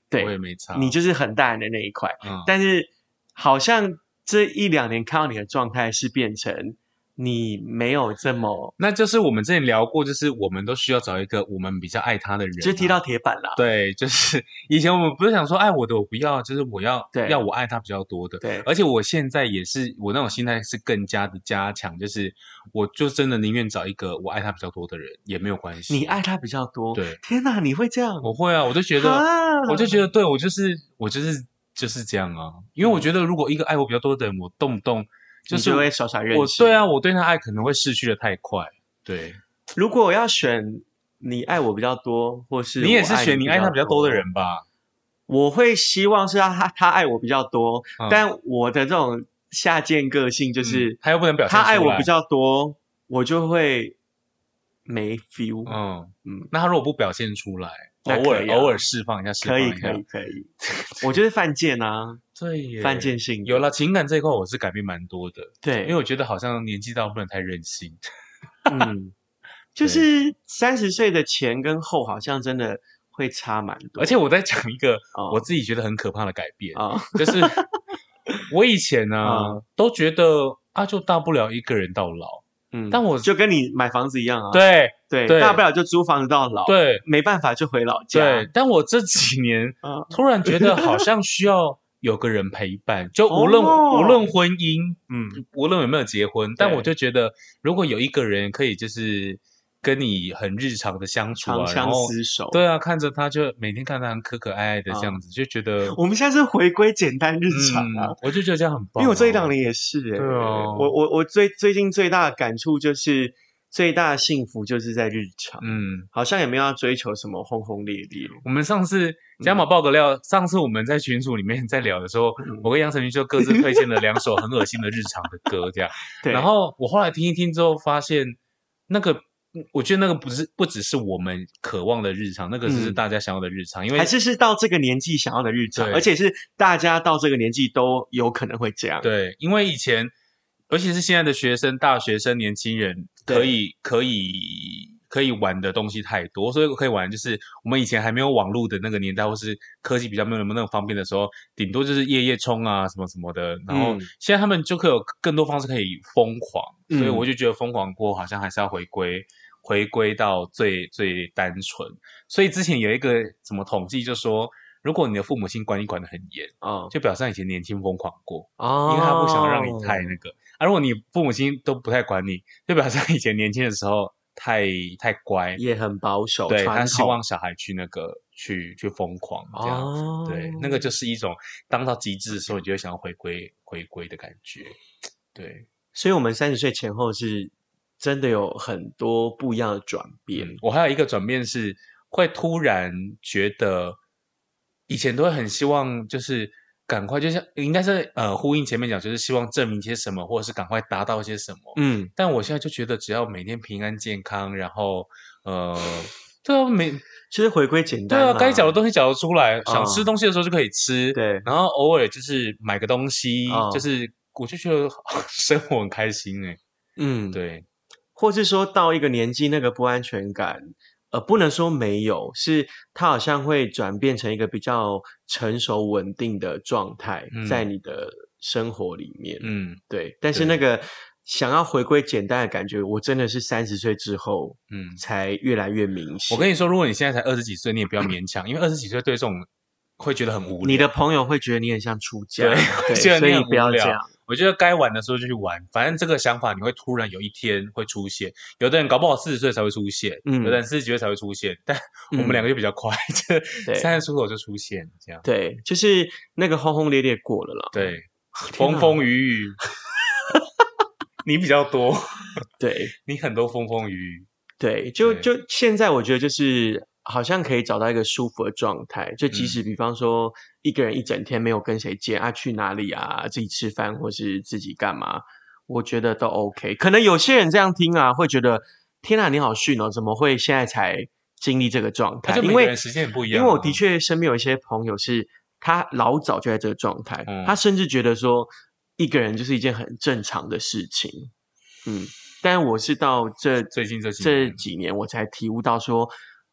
[SPEAKER 1] 对，我也
[SPEAKER 2] 对，
[SPEAKER 1] 没差。
[SPEAKER 2] 你就是很大人的那一块。
[SPEAKER 1] 嗯
[SPEAKER 2] 但是好像这一两年看到你的状态是变成你没有这么，
[SPEAKER 1] 那就是我们之前聊过，就是我们都需要找一个我们比较爱他的人、啊
[SPEAKER 2] 就踢到。铁板啦。
[SPEAKER 1] 对，就是 *laughs* 以前我们不是想说爱我的我不要，就是我要
[SPEAKER 2] 对
[SPEAKER 1] 要我爱他比较多的。
[SPEAKER 2] 对，
[SPEAKER 1] 而且我现在也是，我那种心态是更加的加强，就是我就真的宁愿找一个我爱他比较多的人也没有关系。
[SPEAKER 2] 你爱他比较多。
[SPEAKER 1] 对，
[SPEAKER 2] 天哪，你会这样？
[SPEAKER 1] 我会啊，我就觉得，
[SPEAKER 2] 啊
[SPEAKER 1] 我就觉得，对我就是我就是就是这样啊，因为我觉得如果一个爱我比较多的人，我动不动就
[SPEAKER 2] 你
[SPEAKER 1] 是
[SPEAKER 2] 就会耍耍任
[SPEAKER 1] 我
[SPEAKER 2] 性。
[SPEAKER 1] 对啊，，我对他爱可能会逝去的太快。对，
[SPEAKER 2] 如果我要选你爱我比较多，或是
[SPEAKER 1] 你也是选
[SPEAKER 2] 你
[SPEAKER 1] 你爱他比较多的人吧？
[SPEAKER 2] 我会希望是让他他爱我比较多，
[SPEAKER 1] 嗯
[SPEAKER 2] 但我的这种下贱个性就是、
[SPEAKER 1] 嗯他又不能表现
[SPEAKER 2] 他爱
[SPEAKER 1] 出
[SPEAKER 2] 我
[SPEAKER 1] 来
[SPEAKER 2] 比较多，我就会没 feel。
[SPEAKER 1] 嗯
[SPEAKER 2] 嗯
[SPEAKER 1] 嗯，那他如果不表现出来，
[SPEAKER 2] 那
[SPEAKER 1] 偶
[SPEAKER 2] 可
[SPEAKER 1] 尔
[SPEAKER 2] 以啊
[SPEAKER 1] 偶尔释放一下，释
[SPEAKER 2] 可
[SPEAKER 1] 放
[SPEAKER 2] 以
[SPEAKER 1] 一
[SPEAKER 2] 可
[SPEAKER 1] 下
[SPEAKER 2] 以，可
[SPEAKER 1] *laughs*
[SPEAKER 2] 以，我就是犯贱啊，
[SPEAKER 1] 对耶，
[SPEAKER 2] 犯贱性
[SPEAKER 1] 有了情感这一块，我是改变蛮多的，
[SPEAKER 2] 对，
[SPEAKER 1] 因为我觉得好像年纪到不能太任性，
[SPEAKER 2] *laughs* 嗯，就是三十岁的前跟后好像真的会差蛮多，
[SPEAKER 1] 而且我在讲一个
[SPEAKER 2] 哦
[SPEAKER 1] 我自己觉得很可怕的改变，
[SPEAKER 2] 啊、
[SPEAKER 1] *laughs* 就是
[SPEAKER 2] *laughs*
[SPEAKER 1] 我以前呢、
[SPEAKER 2] 嗯
[SPEAKER 1] 都觉得啊，就大不了一个人到老，
[SPEAKER 2] 嗯，
[SPEAKER 1] 但我
[SPEAKER 2] 就跟你买房子一样啊，
[SPEAKER 1] 对
[SPEAKER 2] 对
[SPEAKER 1] 对
[SPEAKER 2] 大不了就租房子到老，，
[SPEAKER 1] 对
[SPEAKER 2] 没办法就回老家，
[SPEAKER 1] 对，但我这几年
[SPEAKER 2] 啊、
[SPEAKER 1] 突然觉得好像需要有个人陪伴，就无论、
[SPEAKER 2] 哦
[SPEAKER 1] 无论婚姻，
[SPEAKER 2] 嗯
[SPEAKER 1] 无论有没有结婚，但
[SPEAKER 2] 对
[SPEAKER 1] 我就觉得如果有一个人可以就是跟你很日常的相处
[SPEAKER 2] 长
[SPEAKER 1] 啊，然
[SPEAKER 2] 相
[SPEAKER 1] 后
[SPEAKER 2] 厮守，
[SPEAKER 1] 对啊，看着他就每天看他很可可爱爱的这样子，就觉得
[SPEAKER 2] 我们现在是回归简单日常啊。
[SPEAKER 1] 嗯，我就觉得这样很棒啊、
[SPEAKER 2] 因为我这一两年也是、欸，
[SPEAKER 1] 对哦
[SPEAKER 2] 我我我最最近最大的感触就是，最大的幸福就是在日常，
[SPEAKER 1] 嗯，
[SPEAKER 2] 好像也没有要追求什么轰轰烈烈，
[SPEAKER 1] 我们上
[SPEAKER 2] 嗯
[SPEAKER 1] 次加码爆个料，上次我们在群组里面在聊的时候，
[SPEAKER 2] 嗯
[SPEAKER 1] 我跟杨丞琳就各自推荐了两首很恶心的日常的歌，这样。
[SPEAKER 2] *laughs* 对，
[SPEAKER 1] 然后我后来听一听之后，发现那个，嗯我觉得那个不是不只是我们渴望的日常，那个只是
[SPEAKER 2] 嗯
[SPEAKER 1] 大家想要的日常，因为
[SPEAKER 2] 还是是到这个年纪想要的日常，
[SPEAKER 1] 对
[SPEAKER 2] 而且是大家到这个年纪都有可能会这样。
[SPEAKER 1] 对，因为以前，尤其是现在的学生、大学生、年轻人，可
[SPEAKER 2] 对
[SPEAKER 1] 以可以可以玩的东西太多，所以可以玩就是我们以前还没有网络的那个年代，或是科技比较没有那么那么方便的时候，顶多就是夜夜冲啊什么什么的。然后
[SPEAKER 2] 嗯
[SPEAKER 1] 现在他们就可以有更多方式可以疯狂，所以
[SPEAKER 2] 嗯
[SPEAKER 1] 我就觉得疯狂过后好像还是要回归。回归到最最单纯，所以之前有一个什么统计就说，如果你的父母亲管你管得很严，
[SPEAKER 2] 嗯，
[SPEAKER 1] 就表示他以前年轻疯狂过。
[SPEAKER 2] 哦
[SPEAKER 1] 因为他不想让你太那个。啊，如果你父母亲都不太管你，就表示他以前年轻的时候太太乖，
[SPEAKER 2] 也很保守，
[SPEAKER 1] 对
[SPEAKER 2] 传
[SPEAKER 1] 他
[SPEAKER 2] 统
[SPEAKER 1] 希望小孩去那个去去疯狂这样。
[SPEAKER 2] 哦，
[SPEAKER 1] 对，那个就是一种当到极致的时候，你就会想要回归回归的感觉。对，
[SPEAKER 2] 所以我们三十岁前后是真的有很多不一样的转变。
[SPEAKER 1] 嗯我还有一个转变是，会突然觉得，以前都会很希望就是赶快，就像应该是呃呼应前面讲，就是希望证明些什么，或者是赶快达到些什么。
[SPEAKER 2] 嗯，
[SPEAKER 1] 但我现在就觉得，只要每天平安健康，然后呃，对啊，每
[SPEAKER 2] 就是回归简
[SPEAKER 1] 对
[SPEAKER 2] 单啦，
[SPEAKER 1] 啊，该缴的东西缴得出来，想吃
[SPEAKER 2] 嗯
[SPEAKER 1] 东西的时候就可以吃，
[SPEAKER 2] 对
[SPEAKER 1] 然后偶尔就是买个东西，
[SPEAKER 2] 嗯
[SPEAKER 1] 就是我就觉得 *laughs* 生活很开心哎、
[SPEAKER 2] 嗯，，
[SPEAKER 1] 对，
[SPEAKER 2] 或是说到一个年纪，那个不安全感，呃，不能说没有，是它好像会转变成一个比较成熟稳定的状态，
[SPEAKER 1] 嗯
[SPEAKER 2] 在你的生活里面。
[SPEAKER 1] 嗯
[SPEAKER 2] 对，但是那个想要回归简单的感觉，我真的是三十岁之后
[SPEAKER 1] 嗯。
[SPEAKER 2] 才越来越明显。
[SPEAKER 1] 我跟你说，如果你现在才二十几岁，你也不要勉强，因为二十几岁对这种会觉得很无聊。
[SPEAKER 2] 你的朋友会觉得你很像出家，
[SPEAKER 1] 对
[SPEAKER 2] 对，
[SPEAKER 1] 觉得
[SPEAKER 2] 所
[SPEAKER 1] 你
[SPEAKER 2] 以
[SPEAKER 1] 很
[SPEAKER 2] 不要
[SPEAKER 1] 无
[SPEAKER 2] 这
[SPEAKER 1] 聊
[SPEAKER 2] 样。
[SPEAKER 1] 我觉得该玩的时候就去玩，反正这个想法你会突然有一天会出现。有的人搞不好四十岁才会出现，
[SPEAKER 2] 嗯
[SPEAKER 1] 有的人四十几岁才会出现，但我们
[SPEAKER 2] 嗯
[SPEAKER 1] 两个就比较快， *laughs* 这
[SPEAKER 2] 对
[SPEAKER 1] 三十出头就出现这样。
[SPEAKER 2] 对，就是那个轰轰烈烈过了啦。
[SPEAKER 1] 对，
[SPEAKER 2] 天哪
[SPEAKER 1] 风风雨雨，你比较多，
[SPEAKER 2] 对
[SPEAKER 1] 你很多风风雨雨。
[SPEAKER 2] 对，就
[SPEAKER 1] 对
[SPEAKER 2] 就现在我觉得就是好像可以找到一个舒服的状态，就即
[SPEAKER 1] 嗯
[SPEAKER 2] 使比方说一个人一整天没有跟谁见啊，去哪里啊，自己吃饭或是自己干嘛，我觉得都 OK。可能有些人这样听啊，会觉得天啊，你好逊哦，怎么会现在才经历这个状
[SPEAKER 1] 他
[SPEAKER 2] 态？
[SPEAKER 1] 就每
[SPEAKER 2] 因
[SPEAKER 1] 个
[SPEAKER 2] 为
[SPEAKER 1] 人时间也不一样啊
[SPEAKER 2] 因为我的确身边有一些朋友是，他老早就在这个状态，
[SPEAKER 1] 嗯
[SPEAKER 2] 他甚至觉得说一个人就是一件很正常的事情。嗯，但我是到这
[SPEAKER 1] 最近这几
[SPEAKER 2] 这
[SPEAKER 1] 年
[SPEAKER 2] 几年我才体悟到说，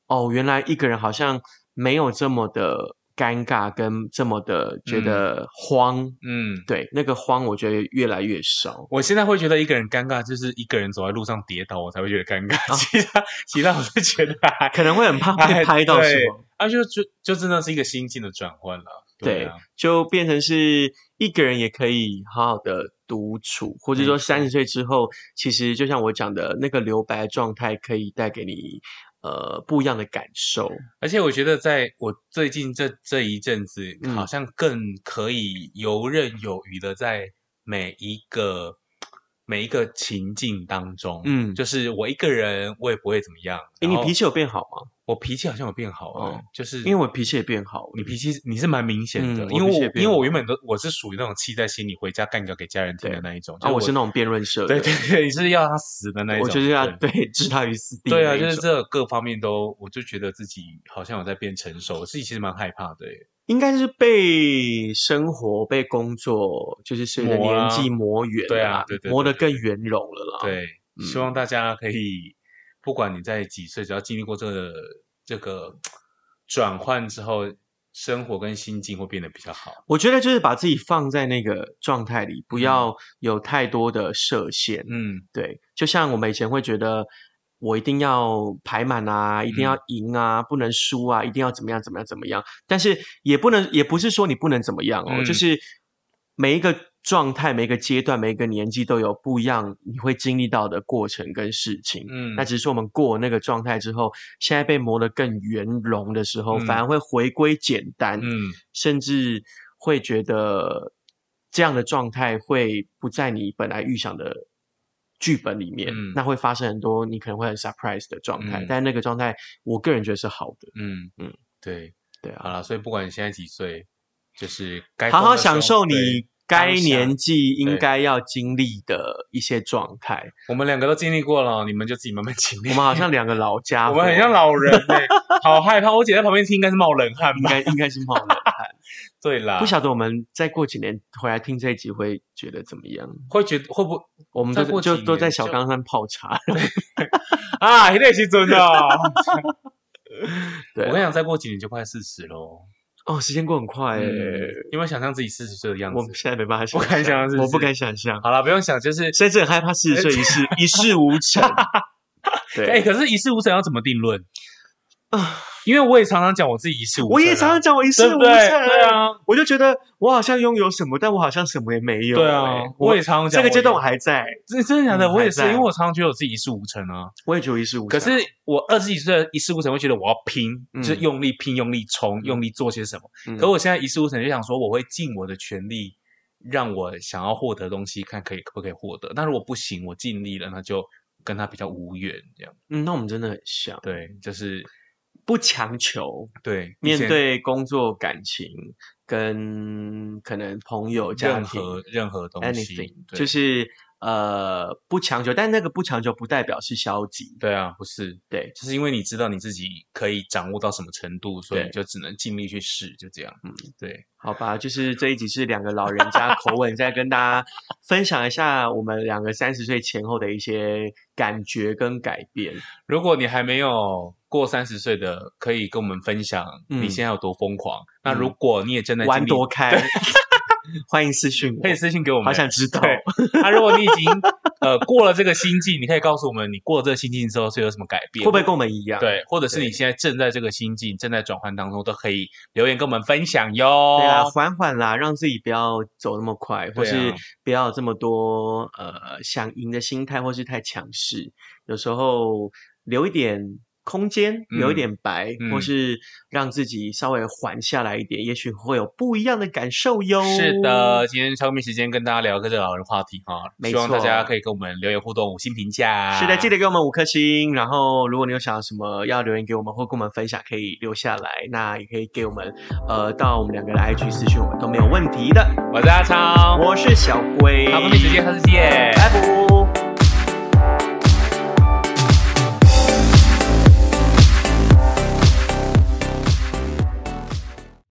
[SPEAKER 2] 哦，原来一个人好像没有这么的尴尬，跟这么的觉得慌。
[SPEAKER 1] 嗯，
[SPEAKER 2] 对，那个慌我觉得越来越少。
[SPEAKER 1] 我现在会觉得一个人尴尬，就是一个人走在路上跌倒，我才会觉得尴尬。其他其他我就觉得还
[SPEAKER 2] 可能会很怕
[SPEAKER 1] *laughs* 哎
[SPEAKER 2] 被拍到什
[SPEAKER 1] 对
[SPEAKER 2] 么，
[SPEAKER 1] 啊，就就就真的是一个心境的转换了。
[SPEAKER 2] 对
[SPEAKER 1] 啊，，
[SPEAKER 2] 就变成是一个人也可以好好的独处，或者
[SPEAKER 1] 没
[SPEAKER 2] 说
[SPEAKER 1] 错
[SPEAKER 2] 三十岁之后，其实就像我讲的那个留白状态，可以带给你呃不一样的感受。
[SPEAKER 1] 而且我觉得，在我最近这这一阵子，
[SPEAKER 2] 嗯
[SPEAKER 1] 好像更可以游刃有余的在每一个每一个情境当中，
[SPEAKER 2] 嗯，
[SPEAKER 1] 就是我一个人，我也不会怎么样。
[SPEAKER 2] 哎，
[SPEAKER 1] 然
[SPEAKER 2] 你
[SPEAKER 1] 后
[SPEAKER 2] 脾气有变好吗？
[SPEAKER 1] 我脾气好像有变好了、
[SPEAKER 2] 哦
[SPEAKER 1] 就是
[SPEAKER 2] 因为我脾气也变好了，
[SPEAKER 1] 你脾气你是蛮明显的，
[SPEAKER 2] 嗯
[SPEAKER 1] 因
[SPEAKER 2] 我脾
[SPEAKER 1] 为
[SPEAKER 2] 气也
[SPEAKER 1] 我
[SPEAKER 2] 变
[SPEAKER 1] 因为
[SPEAKER 2] 好
[SPEAKER 1] 我原本都我是属于那种气在心里回家干掉给家人听的
[SPEAKER 2] 对
[SPEAKER 1] 那一种，
[SPEAKER 2] 啊，
[SPEAKER 1] 就
[SPEAKER 2] 我是那种辩论社的，
[SPEAKER 1] 对对对，你是要他死的那一种，
[SPEAKER 2] 我就是要
[SPEAKER 1] 对
[SPEAKER 2] 对 *laughs* 置他于死地
[SPEAKER 1] 对
[SPEAKER 2] 的那
[SPEAKER 1] 啊，
[SPEAKER 2] 一
[SPEAKER 1] 就是
[SPEAKER 2] 种
[SPEAKER 1] 这各方面都，我就觉得自己好像有在变成熟，我自己其实蛮害怕的耶。
[SPEAKER 2] 应该是被生活、被工作，就是随着
[SPEAKER 1] 磨啊
[SPEAKER 2] 年纪磨圆
[SPEAKER 1] 对
[SPEAKER 2] 了
[SPEAKER 1] 啊
[SPEAKER 2] 啦
[SPEAKER 1] 对对
[SPEAKER 2] 磨
[SPEAKER 1] 对
[SPEAKER 2] 得更圆融了啦。，
[SPEAKER 1] 对，
[SPEAKER 2] 嗯
[SPEAKER 1] 希望大家可以，不管你在几岁，只要经历过这个这个转换之后，生活跟心境会变得比较好。
[SPEAKER 2] 我觉得就是把自己放在那个状态里，
[SPEAKER 1] 嗯
[SPEAKER 2] 不要有太多的设限。
[SPEAKER 1] 嗯
[SPEAKER 2] 对，就像我们以前会觉得，我一定要排满啊，一定要
[SPEAKER 1] 嗯
[SPEAKER 2] 赢啊，不能输啊，一定要怎么样怎么样怎么样。但是也不能，也不是说你不能怎么样哦，
[SPEAKER 1] 嗯
[SPEAKER 2] 就是每一个状态、每一个阶段、每一个年纪都有不一样，你会经历到的过程跟事情。
[SPEAKER 1] 嗯，
[SPEAKER 2] 那只是说我们过了那个状态之后，现在被磨得更圆融的时候，
[SPEAKER 1] 嗯
[SPEAKER 2] 反而会回归简单。
[SPEAKER 1] 嗯
[SPEAKER 2] 甚至会觉得这样的状态会不在你本来预想的剧本里面，
[SPEAKER 1] 嗯
[SPEAKER 2] 那会发生很多你可能会很 surprise 的状态。
[SPEAKER 1] 嗯
[SPEAKER 2] 但那个状态，我个人觉得是好的，
[SPEAKER 1] 嗯嗯
[SPEAKER 2] 嗯，
[SPEAKER 1] 对，
[SPEAKER 2] 对
[SPEAKER 1] 好
[SPEAKER 2] 啊，
[SPEAKER 1] 了，所以不管你现在几岁，就是该
[SPEAKER 2] 好
[SPEAKER 1] 疯
[SPEAKER 2] 好
[SPEAKER 1] 的时候
[SPEAKER 2] 享受
[SPEAKER 1] 对
[SPEAKER 2] 你该
[SPEAKER 1] 当下
[SPEAKER 2] 年纪应
[SPEAKER 1] 对
[SPEAKER 2] 该要经历的一些状态。
[SPEAKER 1] 我们两个都经历过了，你们就自己慢慢经
[SPEAKER 2] *laughs*
[SPEAKER 1] 历。
[SPEAKER 2] 我们好像两个老家伙，
[SPEAKER 1] *laughs* 我们很像老
[SPEAKER 2] *laughs*
[SPEAKER 1] 人、欸，好害怕。我姐在旁边听，应该是冒冷汗
[SPEAKER 2] 应
[SPEAKER 1] 吧？
[SPEAKER 2] 该应该是
[SPEAKER 1] *laughs*
[SPEAKER 2] 冒冷汗。
[SPEAKER 1] 对啦，
[SPEAKER 2] 不晓得我们再过几年回来听这一集会觉得怎么样？
[SPEAKER 1] 会觉得会不会
[SPEAKER 2] 我们
[SPEAKER 1] 再
[SPEAKER 2] 都
[SPEAKER 1] 过
[SPEAKER 2] 在
[SPEAKER 1] 几
[SPEAKER 2] 就都
[SPEAKER 1] 年
[SPEAKER 2] 在小
[SPEAKER 1] 就
[SPEAKER 2] 缸上泡茶。
[SPEAKER 1] 啊？那时真的，我
[SPEAKER 2] *laughs* 对
[SPEAKER 1] 跟你
[SPEAKER 2] 啊，
[SPEAKER 1] 讲，再过几年就快四十喽。
[SPEAKER 2] 哦，时间过很快欸诶、
[SPEAKER 1] 嗯，有没有想象自己四十岁的样
[SPEAKER 2] 我
[SPEAKER 1] 子？
[SPEAKER 2] 现在没办法想，
[SPEAKER 1] 不敢想是不是
[SPEAKER 2] 我不敢想象。
[SPEAKER 1] 好了，不用想，就是
[SPEAKER 2] 甚至很害怕四十岁一 *laughs* 事一事无成。
[SPEAKER 1] 哎、
[SPEAKER 2] 对，
[SPEAKER 1] 可是一事无成要怎么定论？
[SPEAKER 2] 啊
[SPEAKER 1] 因为我也常常讲我自己一事无成啊、
[SPEAKER 2] *laughs* 我也常常讲我一事
[SPEAKER 1] 对
[SPEAKER 2] 无
[SPEAKER 1] 不
[SPEAKER 2] 成，
[SPEAKER 1] 对？对，啊，
[SPEAKER 2] 我就觉得我好像拥有什么，但我好像什么也没有。
[SPEAKER 1] 对啊
[SPEAKER 2] 哎，
[SPEAKER 1] 我也常常讲
[SPEAKER 2] 这个阶段我
[SPEAKER 1] 我
[SPEAKER 2] 还在，
[SPEAKER 1] 真真的假的，
[SPEAKER 2] 嗯
[SPEAKER 1] 我也是，
[SPEAKER 2] 还在
[SPEAKER 1] 因为我常常觉得我自己一事无成啊。
[SPEAKER 2] 我也觉得我一事无成。
[SPEAKER 1] 可是我二十几岁的一事无成，会觉得我要拼，
[SPEAKER 2] 嗯
[SPEAKER 1] 就是用力拼、用力冲、用力做些什么。
[SPEAKER 2] 嗯，
[SPEAKER 1] 可我现在一事无成，就想说我会尽我的全力，让我想要获得的东西，看可以可不可以获得。那如果不行，我尽力了，那就跟他比较无缘这样。
[SPEAKER 2] 嗯，那我们真的很像，
[SPEAKER 1] 对，就是
[SPEAKER 2] 不强求，
[SPEAKER 1] 对以
[SPEAKER 2] 面
[SPEAKER 1] 前
[SPEAKER 2] 对工作、感情跟可能朋友、家
[SPEAKER 1] 任
[SPEAKER 2] 庭
[SPEAKER 1] 何任何东西
[SPEAKER 2] anything，
[SPEAKER 1] 对
[SPEAKER 2] 就是呃不强求，但那个不强求不代表是消极。
[SPEAKER 1] 对啊，不是，
[SPEAKER 2] 对，
[SPEAKER 1] 就是因为你知道你自己可以掌握到什么程度，所以
[SPEAKER 2] 对
[SPEAKER 1] 你就只能尽力去试，就这样。嗯
[SPEAKER 2] 嗯，
[SPEAKER 1] 对，
[SPEAKER 2] 好吧，就是这一集是两个老人家口吻，在跟大家分享一下我们两个三十岁前后的一些感觉跟改变。
[SPEAKER 1] 如果你还没有。过三十岁的可以跟我们分享你
[SPEAKER 2] 嗯
[SPEAKER 1] 现在有多疯狂。那
[SPEAKER 2] 嗯
[SPEAKER 1] 如果你也正在
[SPEAKER 2] 玩
[SPEAKER 1] 经历
[SPEAKER 2] 多开，欢迎私讯我，
[SPEAKER 1] 可以私信给我们，
[SPEAKER 2] 好想知道。
[SPEAKER 1] 对，那、如果你已经呃过了这个心境，你可以告诉我们，你过了这个心境之后是有什么改变，
[SPEAKER 2] 会不会跟我们一样？
[SPEAKER 1] 对，或者是你
[SPEAKER 2] 对
[SPEAKER 1] 现在正在这个心境正在转换当中，都可以留言跟我们分享哟。
[SPEAKER 2] 对啊，缓缓啦，让自己不要走那么快，或
[SPEAKER 1] 哦对啊
[SPEAKER 2] 是不要有这么多呃想赢的心态，或是太强势。有时候留一点空间，留一
[SPEAKER 1] 嗯
[SPEAKER 2] 点白，
[SPEAKER 1] 嗯
[SPEAKER 2] 或是让自己稍微缓下来一点，也许会有不一样的感受哟。
[SPEAKER 1] 是的，，今天超面时间跟大家聊个这个老人话题哈，
[SPEAKER 2] 没
[SPEAKER 1] 希望大家
[SPEAKER 2] 错
[SPEAKER 1] 可以跟我们留言互动，五星评价。
[SPEAKER 2] 是的，记得给我们五颗星。然后，如果你有想要什么要留言给我们，或跟我们分享，可以留下来。那也可以给我们呃到我们两个的 IG 私讯我们都没有问题的。
[SPEAKER 1] 啊我是阿超，
[SPEAKER 2] 我是小龟，
[SPEAKER 1] 超面时间，下次见，
[SPEAKER 2] 拜拜。